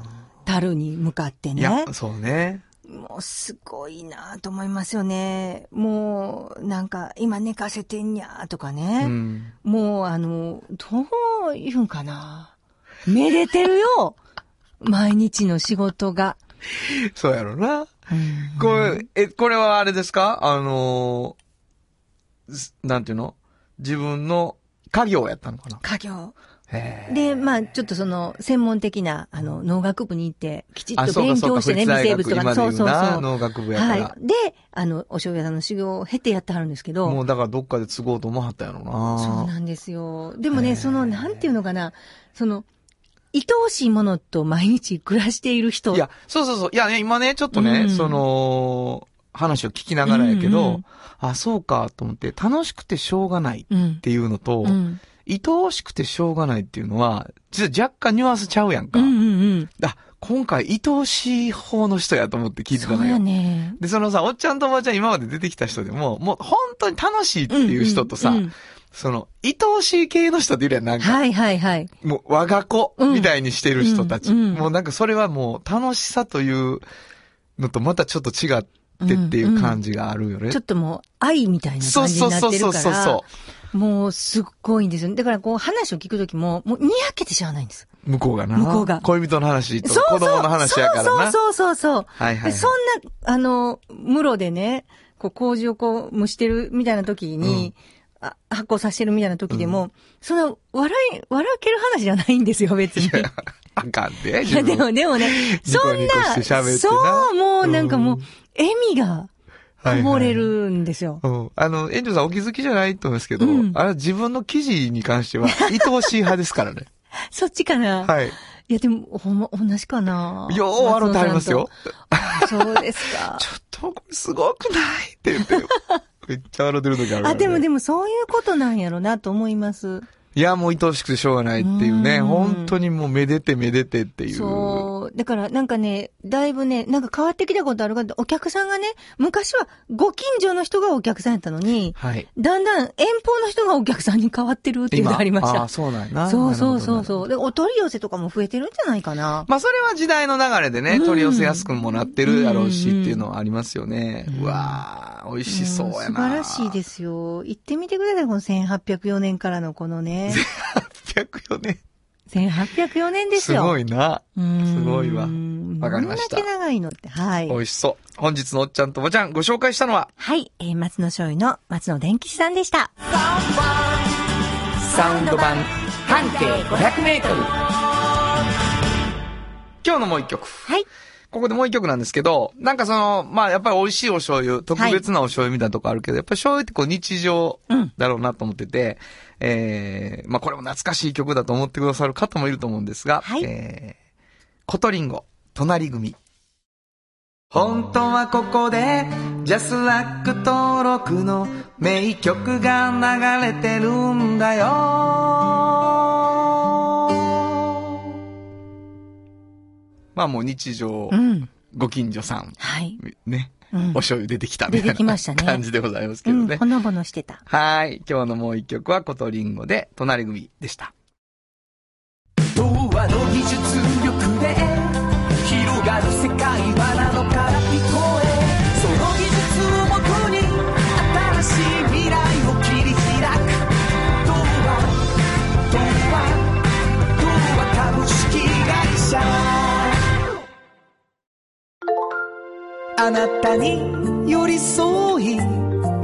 樽に向かって
い
ね
や、。そうね。
もうすごいなと思いますよね。もう、なんか、今寝かせてんにゃーとか
う
ね。
ん。
もう、あの、どういうんかな。めでてるよ毎日の仕事が。
そうやろな。これ、え、これはあれですかあのーすなんていうの自分の家業やったのかな
家業。
へえ
で、まあ、ちょっとその、専門的な、あの、農学部に行って、きちっ
あ
と
そうか
勉
そう
強
か
してね、
富士大
微
学
生物とか、
今で
そ
言
う
う
そう
な
そう。
農学部やから、
はい。で、あの、お醤油屋さんの修行を経てやってはるんですけど。
もうだからどっかで継ごうと思わはったやろな。
そうなんですよ。でも
へー
ね、その、なんていうのかな、その、愛おしいものと毎日暮らしている人。
いや、そうそうそう。いやね、今ね、ちょっとね、
うん
その、話を聞きながらやけど、
うんうん
あ、そうか、と思って、楽しくてしょうがないっ
うん。
ていうのと、
うん。
愛おしくてしょうがないっていうのは、実は若干ニュアンスちゃうやん
う
か。
んうん
あ、今回愛おしい方の人やと思って聞
う
い
ん。
て
そ
たの
うや
よ。
ね。
で、そのさ、おっちゃんとおばちゃん今まで出てきた人でも、もう本当に楽しいっていう人とさ、
んんうん
その、愛おしい系の人っているやん、なんか。
はいはいはい。
もう我が子
うん
みたいにしてる人たち。
うんうん
もうなんかそれはもう楽しさというのとまたちょっと違ってっていう感じがあるよね。
ちょっともう、愛みたいな
そ
感
う
じ
そ
に
う
な
そ
っ
う
て
そ
る
う
か
そう
ら、もうすっごいんですよね。だからこう話を聞くときも、もうにやけてしゃあないんです。
向こうがな。
向こうが
恋人の話と
そうそ
子
う。
供の話やからな。
そうそうそうそう。
はいはいはい
そんな、あの、室でね、こう、麹をこう、蒸してるみたいな時に、あ発酵させてるみたいな時でも、そんな、笑い、笑ける話じゃないんですよ、別に。い
あかんで。自
や、で
分
も、でもね、
ニ
そ
コ
ん
ニコ
な、
して喋ってな
そう、もうなんかもう、
うん
笑みが、こぼれるんですよ。
うん。あの、園長さんお気づきじゃないと思うんですけど、
うん
あれは自分の記事に関して は、愛おしい派ですからね。
そっちかな、い、
はい。
や、でも、ほんま、同じかな
よう笑ってはりますよ。。
松尾さんとそうですか
ち。ょっと、これすごくないって 言って。めっちゃ笑ってる時あるからね、
あ、でもでもそういうことなんやろなと思います。
いや、もう愛おしくてしょうがないっていうね。
うん
本当にもうめでてめでてっていう。
そう。だからなんかね、だいぶね、なんか変わってきたことあるかと、お客さんがね、昔はご近所の人がお客さんやったのに、
はい。
だんだん遠方の人がお客さんに変わってるっていうのがありまし
あー
た。
そうなんやな。
そうそうそう
う。
そう。で、お取り寄せとかも増えてるんじゃないかな。
まあそれは時代の流れでね、
うん
取り寄せやすくもなってるやろうしっ
うん
ていうのはありますよね。うわー、美味しそうや
ん素
な。
晴らしい
す。
ですよ。行ってみてください、この1804年からのこ のね。
104年。
1804年です
す
よ。
ご
い。
いな。すごいわわ
わ
かりました
こんだけ長いのって、はい。
美味しそう。本日のおっちゃんとおばちゃんご紹介したのは、
はい、えー、松野醤油の松野電気士さんでした。
サウンド版半径500メートル。今日のもう一曲。
はい。
ここでもう一曲なんですけど、なんかその、まあやっぱり美味しいお醤油、特別なお醤油みたいなとこあるけど、やっぱり醤油ってこう日常
うん
だろうなと思ってて、えー、まあこれも懐かしい曲だと思ってくださる方もいると思うんですが、
はい
えー、コトリンゴ、隣組。本当はここで、ジャスラック登録の名曲が流れてるんだよ。まあもう日常、
うん。
ご近所さん、
はい。
ね、
うん
お醤油出てきたみた
出
い
てき
な
ましたね
感じでございますけ
う
ど
ん、
ね。
ほのぼのしてた。
はい。今日のもう一曲は、コトリンゴで、隣組でした。
童話の技術力で広がる世界はなのから聞こえその技術を僕に新しい未来を切り開く童話童話童話株式会社あなたに寄り添い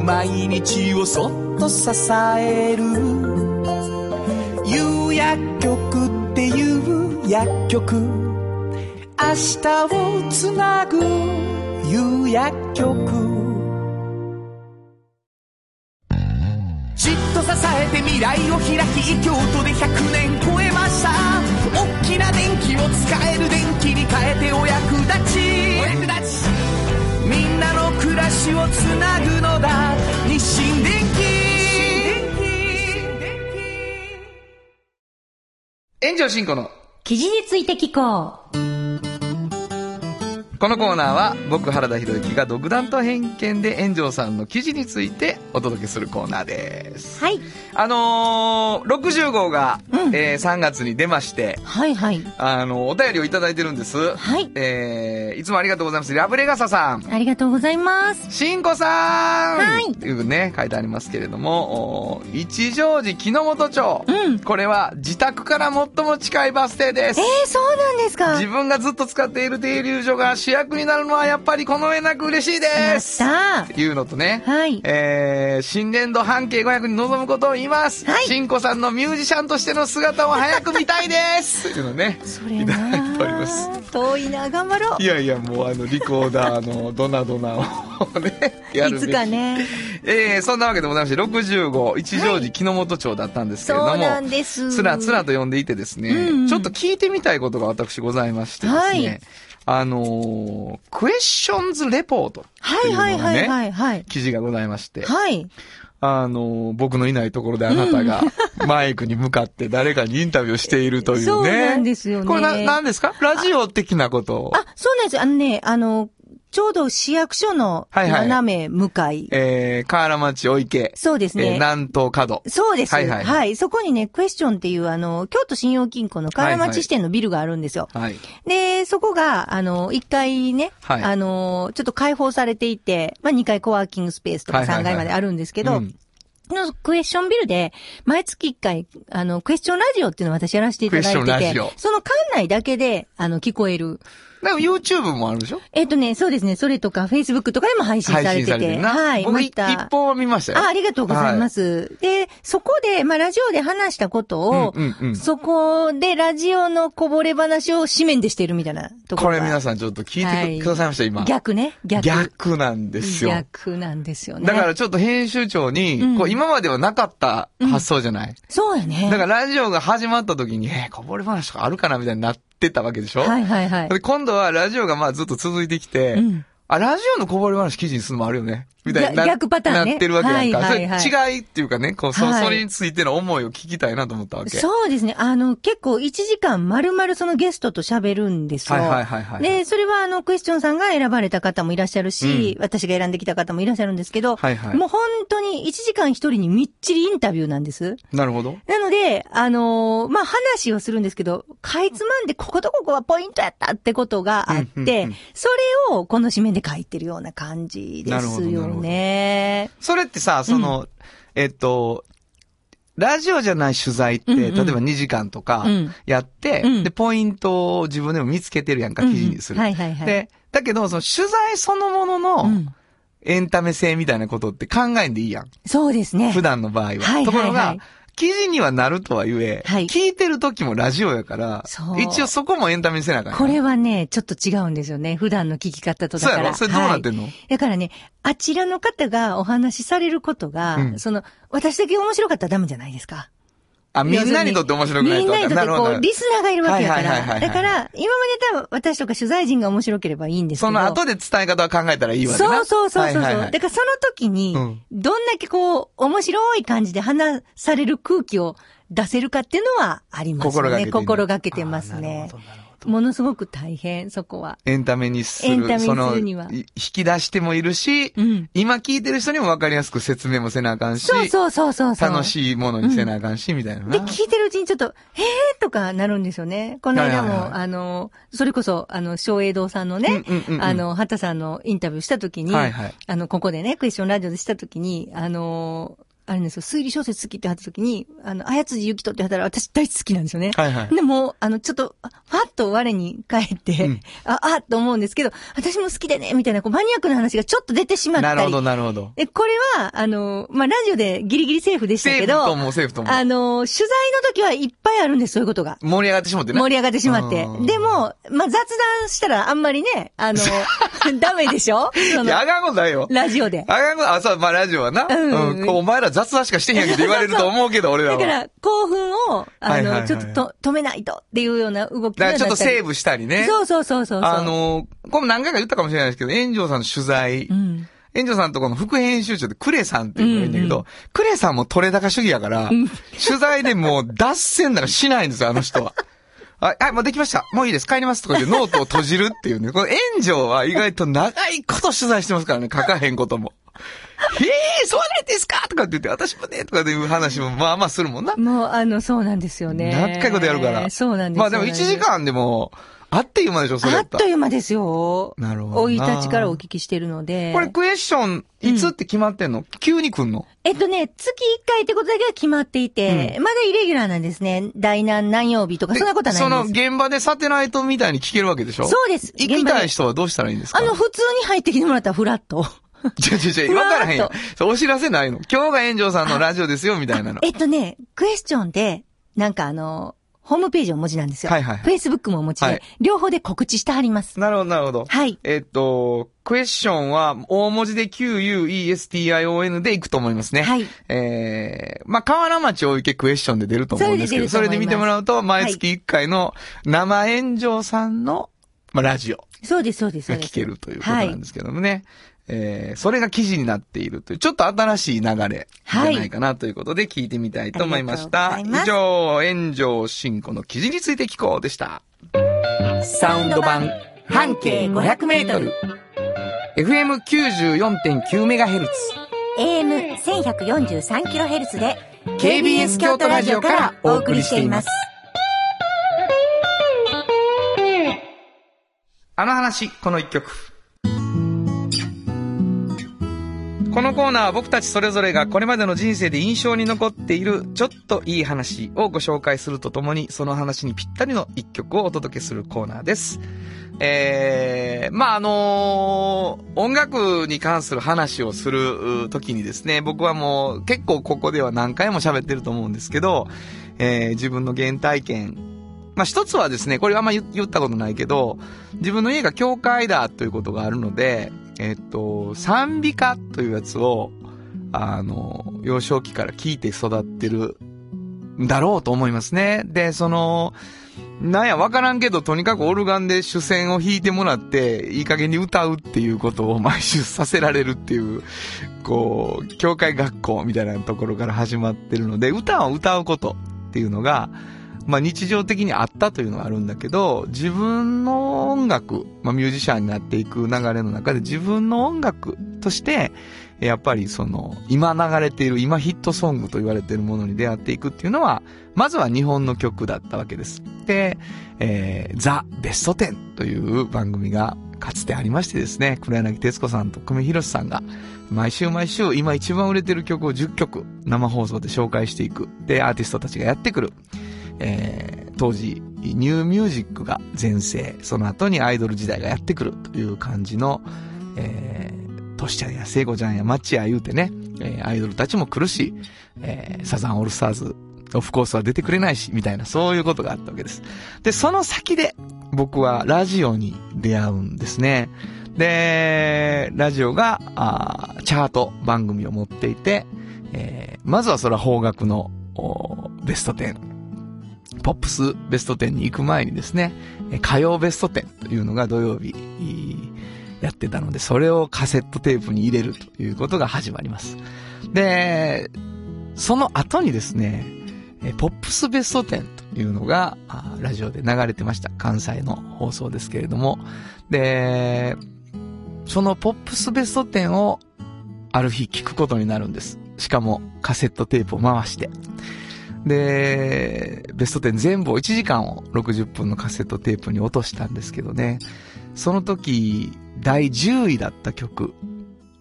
毎日をそっと支える有薬局っていう薬局明日をつなぐ有薬局じっと支えて未来を開き京都で100年超えました大きな電気を使える電気に変えてお役立ちお役立ちみんなの暮らしをつなぐのだ日清電気
炎上進行の
記事について聞こう。
このコーナーは僕原田博之が独断と偏見で炎上さんの記事についてお届けするコーナーです。
はい。
あのー、60号が、
うん
えー3月に出まして、
はいはい。
あの、お便りをいただいてるんです。
はい
えーいつもありがとうございます。ラブレガサさん。
ありがとうございます。
しんこさん
はい
というね、書いてありますけれども、おー一乗寺木之本町。
うん
これは自宅から最も近いバス停です
え。ー、そうなんですか。
自分がずっと使っている停留所が主役になるのはやっぱりこの上なく嬉しい
や
で
っ
す
た
っていうのとね、
はい
えー、新年度半径500に臨むことを言います。
はい
しんこさんのミュージシャンとしての姿を早く見たいですっていうのね、
それ
いただいており
な
ます。
遠いな、頑張ろう
い。やいや、もうあの、リコーダーのドナドナをね、やる
い
べき
つかね。
えー、そんなわけでございまして、65、一乗寺木之本町だったんですけれども、
そうなんです
つらつらと呼んでいてですね、
うんうん
ちょっと聞いてみたいことが私ございましてですね、
はい
あのー、クエスチョンズレポートって
はいい
の
う
が
は
ね、
いはいはいはい。
記事がございまして、
はい。
あのー、僕のいないところであなたが マイクに向かって誰かにインタビューしているというね。
そうなんですよね
これな、なんですかラジオ的なことを。
あ、そうなんです。あのね、あの、ちょうど市役所の
はいはい
斜め向かい。
えー、河原町お池。
そうです
えー
ね。
南東角。
そうです。
は
はいい、
はい
そこにね、クエスチョンっていう、あの、京都信用金庫の河原町支店のビルがあるんですよ。
はい。
で、そこが、あの、1階ね、
はい
あの、ちょっと開放されていて、まあ、2階コワーキングスペースとか
はいはいはい
3階まであるんですけど、
うん
のクエスチョンビルで、毎月1回、あの、クエスチョンラジオっていうのを私やらせていただい
クエスチョンラ
て
ジ
て
オ、
その館内だけで、あの、聞こえる。
でも YouTube もあるでしょ
えっ、とね、そうですね、それとか Facebook とかでも配信されてて、
るな。
はい、
僕、
ま
一
た
本は見ましたよ。。
あありがとうございますす。で、そこで、まあ、ラジオで話したことを、
うんうんうん
そこでラジオのこぼれ話を紙面でしてるみたいなとこ
こ
ろ
れ
が。
皆さんちょっと聞いてくくださいました、今。
逆ね。逆。
逆なんですよ。
逆なんですよね。
だから、ちょっと編集長に、
うん
こう今まではなかった発想じゃない。
そうやね。
だからラジオが始まった時に、えーこぼれ話とかあるかなみたいになってたわけでしょ
はいはいはい。
で今度はラジオがまあずっと続いてきて、
うん
あ、ラジオのこぼれ話記事にするのもあるよね。みたいな。
逆逆パターンね
なってるわけやんか。
はいはいはい
それ違いっていうかね、こう、そ、
はい
それについての思いを聞きたいなと思ったわけ。
そうですね。あの、結構1時間丸々そのゲストと喋るんですよ。
はいはいはいはい
で、それはあの、クエスチョンさんが選ばれた方もいらっしゃるし、私が選んできた方もいらっしゃるんですけど、
はいはい
もう本当に1時間一人にみっちりインタビューなんです。
なるほど。
なので、あのーまあ、話をするんですけど、かいつまんで、こことここはポイントやったってことがあって、
うんうんうん
それをこの紙面で書いてるような感じで
なるほ
す
どなる
よ
ほど
ね。
それってさ、その、えっと、ラジオじゃない取材って、
うん
例
うん
えば2時間とか
うん
やって、
うん
で、ポイントを自分でも見つけてるやんか、記事にする。
うんはいはいはい
で、だけど、その取材そのものの、
うん
エンタメ性みたいなことって考えんでいいやん。
そうですね。
普段の場合は。
はい
ところ
はい
が
はい、
記事にはなるとは言え、
はい
聞いてる時もラジオやから
そ、う
一応そこもエンタメにせなあかんやん
これはね、ちょっと違うんですよね。普段の聞き方とだから。
そうやろそれどうなってんの
はいだからね、あちらの方がお話しされることが、
うん
その、私だけ面白かったらダメじゃないですか。
あ、みんなにとって面白くないと
みんなにとっ
な
て
るほど
こう、リスナーがいるわけやか
はいはいはいは
ら。
いはい
だから、今まで多分私とか取材陣が面白ければいいんですけど。
その後で伝え方は考えたらいいわけ
そ
な
うそうそうそうそう、
はいはいはい
だからその時に
うん、
どんだけこう、面白い感じで話される空気を出せるかっていうのはあります
心がけて
ね。
る
心がけてますね。ものすごく大変、そこは。
エンタメにする。
エンタメにするには
その、い引き出してもいるし、
うん
今聞いてる人にも分かりやすく説明もせなあかんし、
そうそうそうそうそう。
楽しいものにせなあかんし、みたいなな。
で、聞いてるうちにちょっと、へーとかなるんですよね。この間も、
はいはいはい
あの、それこそ、あの、昭栄堂さんのね、
うんうんうんうん
あの、畑さんのインタビューしたときに、
はいはい
あの、ここでね、クエスチョンラジオでしたときに、あの、あれなんですよ、推理小説好きって貼った時に、あの、あやつじゆきとって貼ったら私大好きなんですよね。
はいはい
でも、あの、ちょっと、あファッと我に返って、あ、あ、と思うんですけど、私も好きでね、みたいな、こう、マニアックな話がちょっと出てしまっ
な
たり。
るほど、なるほど。
え、これは、あの、まあ、ラジオでギリギリセーフでした
セー
け
フ
ど、
と
あ
も、セーフとも。
の、取材の時はいっぱいあるんです、そういうことが。
盛り上がってしまってね。
盛り上がってしまって
う。ん
でも、まあ、雑談したらあんまりね、あ の、ダメでしょそ
い
の
や、あ、かんことないよ。
ラジオで。
あかんこと、あ、そう、まあ、ラジオはな。
うん
うん。こうお前ら雑談しかしてへんやんけって言われると思うけど、俺ら
だ
は。
か、
だから
興奮を、あ
はいはい
の、
はい
ちょっとと止めないとっていうような動きが
らちょっとセー
ブ
ブしたりね。
そうそうそうそうそう。
あ、のー、これも何回か言ったかもしれないですけど、炎上さんの取材
う。ん。
炎上さんとこの副編集長でクレさんっていうのがいるんだけ
うんう
ど、クレさんも取れ高主義やから、取材でもう脱線ならしないんですよ、あの 人は。あ、はい、もうできました。もういいです。帰ります。とか言ってノートを閉じるっていうね。この炎上は意外と長いこと取材してますからね。書かへんこと も。へえ、そうなんですかとかって言って、私もね、とかっていう話もまあまあするもんな。
もう、あの、そうなんですよね。
何回ことやるから。
そうなんです
まあでも1時
間
間でも、あっという間でしょ、それ
あ
や
っ
った
と
ら
いう間ですよ。
なるほどな
生い立ちからお聞きしてるので。
これクエスチョン、いつって決まってんの、急に来んの
えっとね、月1回ってことだけは決まっていて、まだイレギュラーなんですね。第何何曜日とか、そんなことは
そ
ない
の
んです。
現場でサテライトみたいに聞けるわけでしょ
そうです
行き
現場
た
で
い人はどうしたらいいんですか
あの、普通に入ってきてもらったらフラット。
ちょちょちょ、
ふわ
わ
ーっ
か
と
らへんよ。そうお知らせないの。今日が炎上さんのラジオですよ、みたいなの。
えっとね、クエスチョンで、なんかあの、ホームページをお持ちなんですよ。
はいはいはい
フェイスブックもお持ちで、
はい
両方で告知してはります。
なるほど、なるほど。
はい。
えっと、クエスチョンは、大文字で QUESTION でいくと思いますね。
はい
えー、まあ、河原町大池クエスチョンで出ると思うんですけど、
そ
そ
れ
れ
で出
で
ると思います
見てもらうと、毎月1回の生炎上さんの、まあ、ラジオ。
そうです、そうです、そ
が
うです。
聞けるということなんですけどもね。えー、それが記事になっているという、ちょっと新しい流れじゃないかなということで聞いてみたいと思いました。
あり
以
がと
上、炎上進行の記事について聞こうでした。サウンド版、半径500メートル。FM94.9MHz。
AM1143kHz で
KBS 京都ラジオからお送りしています。あの話、この一曲。このコーナーは僕たちそれぞれがこれまでの人生で印象に残っているちょっといい話をご紹介するとともにその話にぴったりの一曲をお届けするコーナーです。えー、まあ、あのー音楽に関する話をするう時にですね、僕はもう結構ここでは何回も喋ってると思うんですけど、えー自分の原体験。まあ、一つはですね、これあんま言言ったことないけど、自分の家が教会だということがあるので、えっと、賛美歌というやつを、あの、幼少期から聞いて育ってるんだろうと思いますね。で、その、なんやわからんけど、とにかくオルガンで主戦を弾いてもらって、いい加減に歌うっていうことを毎週させられるっていう、こう、教会学校みたいなところから始まってるので、歌を歌うことっていうのが、まあ日常的にあったというのはあるんだけど、自分の音楽、まあミュージシャンになっていく流れの中で自分の音楽として、やっぱりその、今流れている、今ヒットソングと言われているものに出会っていくっていうのは、まずは日本の曲だったわけです。で、えー、ザ・ベスト10という番組がかつてありましてですね、黒柳徹子さんと久米宏さんが、毎週毎週今一番売れてる曲を10曲生放送で紹介していく。で、アーティストたちがやってくる。えー当時、ニューミュージックが全盛、その後にアイドル時代がやってくるという感じの、えー、トシちゃんや聖子ちゃんやマッチや言うてね、えーアイドルたちも来るし、えーサザンオールスターズ、オフコースは出てくれないし、みたいな、そういうことがあったわけです。で、その先で、僕はラジオに出会うんですね。で、ラジオが、あーチャート番組を持っていて、えーまずはそれは邦楽の、おベスト10。ポップスベスト10に行く前にですね、えー火曜ベスト10というのが土曜日、いいやってたので、それをカセットテープに入れるということが始まります。で、その後にですね、えーポップスベスト10というのが、あーラジオで流れてました。関西の放送ですけれども。で、そのポップスベスト10をある日聞くことになるんです。しかもカセットテープを回して。で、ベスト10全部を1時間を60分のカセットテープに落としたんですけどね。その時、第10位だった曲。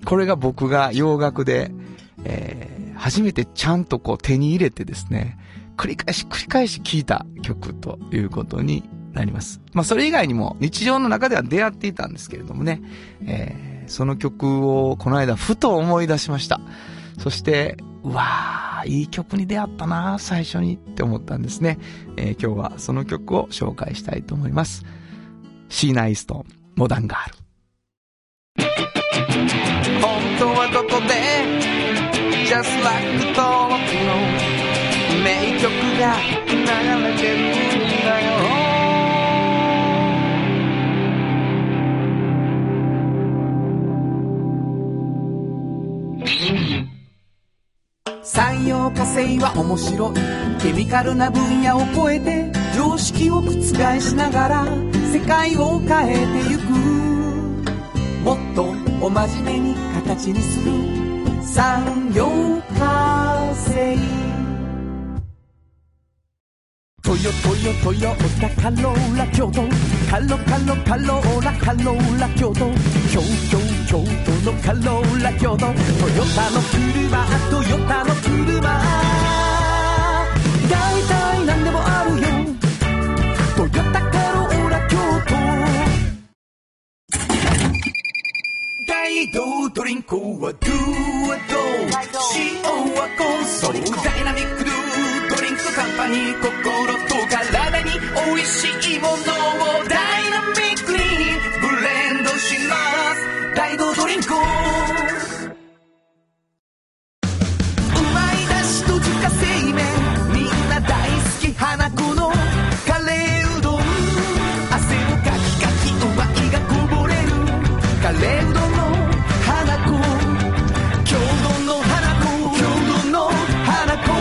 これが僕が洋楽で、えー初めてちゃんとこう手に入れてですね、繰り返し繰り返し聴いた曲ということになります。まあそれ以外にも日常の中では出会っていたんですけれどもね、えーその曲をこの間ふと思い出しました。そして、うわー、いい曲に出会ったなー最初にって思ったんですね。えー今日はその曲を紹介したいと思います。シーナイーストン、モダンガール。本当はどこで Just like the thought の名曲が流れてるんだよ
産業化成は面白いケミカルな分野を超えて常識を覆しながら世界を変えてゆくもっとお真面目に形にする産業化成トヨトヨトヨタカローラ京都カロカロカローラカローラ京都京都京都のカローラ京都トヨタの車トヨタの車大体何でもあるよトヨタカローラ京都大道ドリンクはドゥはドゥ塩はコンソリダイナミックドゥドリンクカンパニー心と体に美味しいものをダイナミックにブレンドします大道ドリンクうまいだしと自家製麺みんな大好き花子のカレーうどん汗をかきかきうまいがこぼれるカレーうどんの花子郷土の花子郷土の花子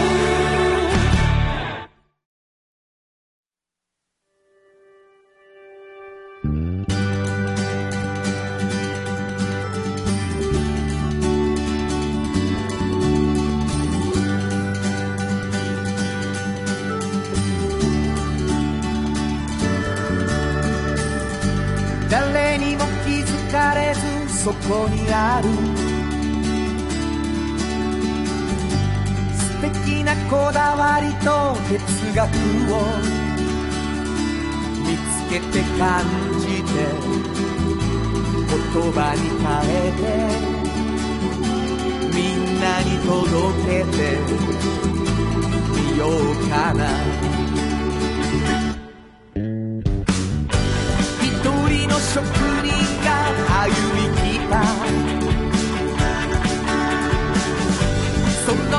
誰にも気づかれずそこにある素敵なこだわりと哲学を見つけて感じて言葉に変えてみんなに届けてみようかな一人の職人が歩みきたその道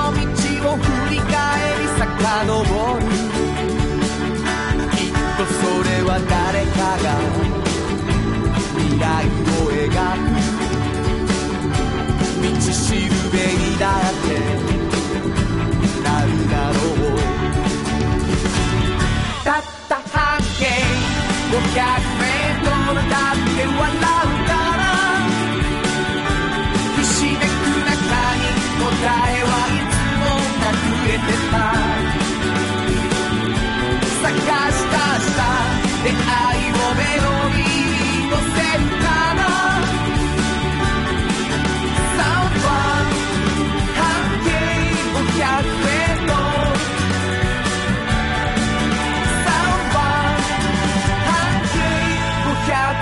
を振り返り遡るきっとそれは誰かが未来を描く道しるべにだってなるだろうたった半径500メートルだって笑うからひしめく中に答えはいつも隠れてた探した明日出会いをメロディーに乗せるからサウンドは半径500メートルサウンドは半径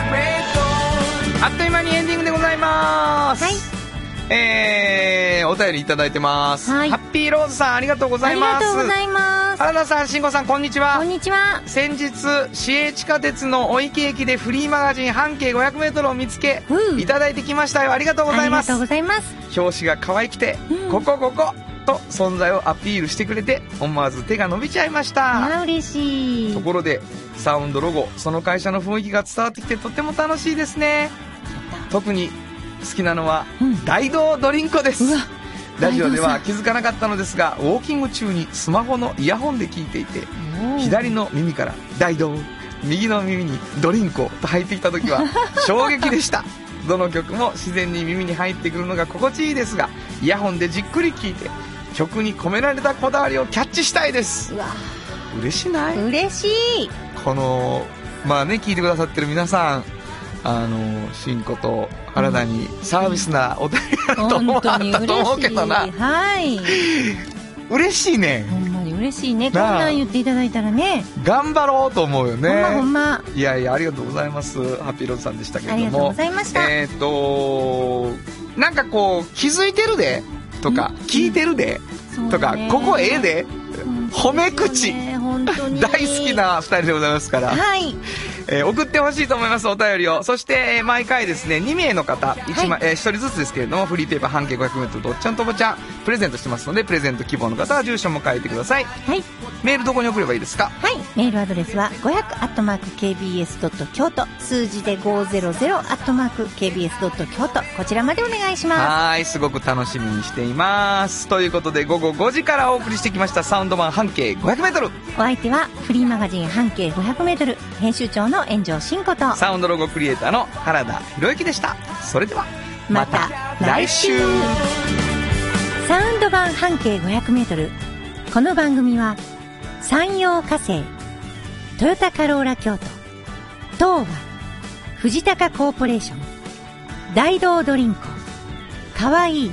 500メートル
あっという間にエンディングでございます
はい
えー、お便りいただいてます、
はい
ハッピーローズさんありがとうござ
あ
い
り
ま
が
す
とうございます。
原田さん慎吾さんこんにちは
こんにちは。
先日市営地下鉄のお池駅でフリーマガジン半径 500m を見つけ
うん
いただいてきましたよありがとうござ
あ
い
り
ま
が
す
とうございます。
表紙が可愛くて、
うん
ここここと存在をアピールしてくれて思わず手が伸びちゃいました
あ、嬉しい。
と
よ
ころでサウンドロゴその会社の雰囲気が伝わってきてとても楽しいですね特に好きなのは
うん
大道ドリンコです、
うわ
ラジオで
大
は
道
気づかなかったのですがウォーキング中にスマホのイヤホンで聞いていて左の耳から大道右の耳にドリンコと入ってきた時 は衝撃でしたどの曲も自然に耳に入ってくるのが心地いいですがイヤホンでじっくり聴いて曲に込められたこだわりをキャッチしたいです
うわ
嬉しない
嬉しい。
このまあね聞いてくださってる皆さんあの新子と原田にサービスなお便りだと思
本
ったと
当に嬉しい。
思うけどな
はい。
嬉しいね
ほんまに嬉しいね。こん
なあ
なん言っていただいたらね。
頑張ろうと思うよね
ほんまほんま。
いやいやありがとうございますハッピーローズさんでしたけ
あ
れ
り
ど
がとう
も
ございました。
えっ、となんかこう気づいてるでとか聞いてるで
そうね
とか、ここええで褒め口
本当にね
大好き。な2人でございますから、
はい。
えー送ってほしいと思いますお便りをそして、えー毎回ですね2名の方 1, 枚、えー一人ずつですけれどもフリーペーパー半径 500m とおっちゃんとおばちゃんプレゼントしてますのでプレゼント希望の方は住所も書いてください
はい。
メールどこに送ればいいですか
はい。メールアドレスは500 KBS ドット京都数字で500 KBS ドット京都こちらまでお願いしま
はーいすごく楽しみにしていますということで午後5時からお送りしてきましたサウンドマン半径 500m
す。お相手はフリーマガジン半径500メートル編集長の炎上真子と。
サウンドロゴクリエイターの原田博之でしたそれでは
また来週サウンド版半径500メートル。この番組は、山陽火星、トヨタカローラ京都、東和、藤高コーポレーション、大道ドリンク、かわいい、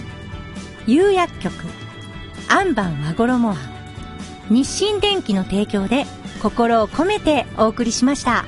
釉薬局、アンバン和衣は、日清電機の提供で心を込めてお送りしました。